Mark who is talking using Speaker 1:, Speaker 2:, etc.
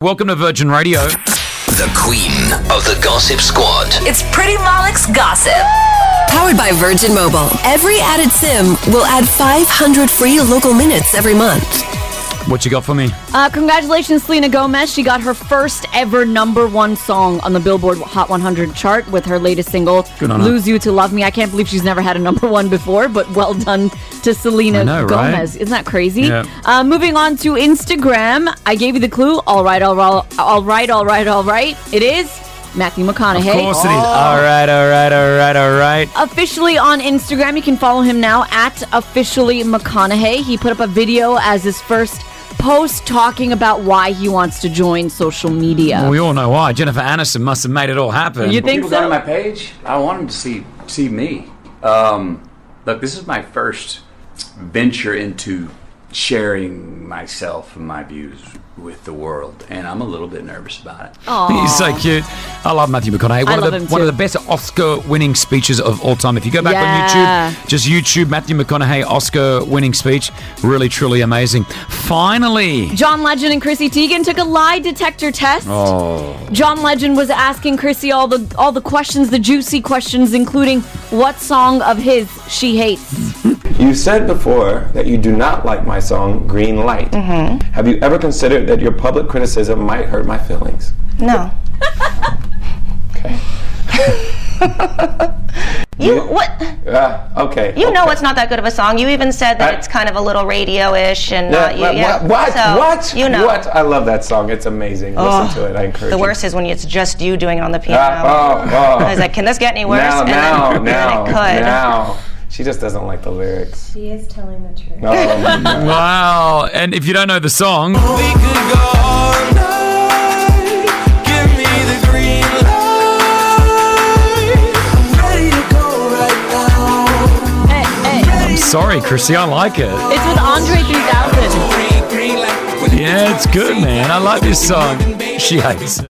Speaker 1: Welcome to Virgin Radio.
Speaker 2: The queen of the gossip squad.
Speaker 3: It's Pretty Malik's Gossip.
Speaker 4: Powered by Virgin Mobile. Every added SIM will add 500 free local minutes every month.
Speaker 1: What you got for me?
Speaker 5: Uh, congratulations, Selena Gomez. She got her first ever number one song on the Billboard Hot 100 chart with her latest single,
Speaker 1: Good on her.
Speaker 5: Lose You to Love Me. I can't believe she's never had a number one before, but well done to Selena
Speaker 1: I know, right?
Speaker 5: Gomez. Isn't that crazy?
Speaker 1: Yeah.
Speaker 5: Uh, moving on to Instagram. I gave you the clue. All right, all right, all right, all right, all right. It is Matthew McConaughey.
Speaker 1: Of course it is.
Speaker 6: All right, all right, all right, all right.
Speaker 5: officially on Instagram. You can follow him now at officially McConaughey. He put up a video as his first post talking about why he wants to join social media.
Speaker 1: We all know why. Jennifer Aniston must have made it all happen.
Speaker 5: You think
Speaker 7: people go to my
Speaker 5: so?
Speaker 7: page. I want them to see see me. Um, look, this is my first venture into sharing myself and my views with the world, and I'm a little bit nervous about it.
Speaker 1: He's so cute. I love Matthew McConaughey. One of
Speaker 5: love
Speaker 1: the
Speaker 5: him
Speaker 1: one of
Speaker 5: too.
Speaker 1: the best Oscar-winning speeches of all time. If you go back on
Speaker 5: Yeah.
Speaker 1: YouTube, just YouTube Matthew McConaughey Oscar-winning speech. Really, truly amazing. Finally,
Speaker 5: John Legend and Chrissy Teigen took a lie detector test. John Legend was asking Chrissy all the all the questions, the juicy questions, including what song of his she hates.
Speaker 8: You said before that you do not like my song Green Light.
Speaker 9: Mm-hmm.
Speaker 8: Have you ever considered that your public criticism might hurt my feelings?
Speaker 9: No.
Speaker 8: Okay.
Speaker 9: You what?
Speaker 8: Ah, okay.
Speaker 9: You know
Speaker 8: okay.
Speaker 9: it's not that good of a song. You even said that
Speaker 8: I-
Speaker 9: it's kind of a little radio-ish and
Speaker 8: No,
Speaker 9: not you.
Speaker 8: what,
Speaker 9: yeah.
Speaker 8: what?
Speaker 9: So,
Speaker 8: what?
Speaker 9: You know.
Speaker 8: What? I love that song. It's amazing. Listen to it. I encourage
Speaker 9: The
Speaker 8: you.
Speaker 9: worst is when it's just you doing it on the piano.
Speaker 8: Ah, oh, oh.
Speaker 9: I was like, can this get any worse?
Speaker 8: now,
Speaker 9: and
Speaker 8: now,
Speaker 9: then,
Speaker 8: now,
Speaker 9: then it could.
Speaker 8: now. She just doesn't like the lyrics.
Speaker 10: She is telling the truth.
Speaker 8: Oh, my God.
Speaker 1: wow! And if you don't know the song,
Speaker 5: Hey, hey.
Speaker 1: sorry, Chrissy, I like it.
Speaker 5: It's with Andre 3000.
Speaker 1: Yeah, it's good, man. I like this song. She hates it.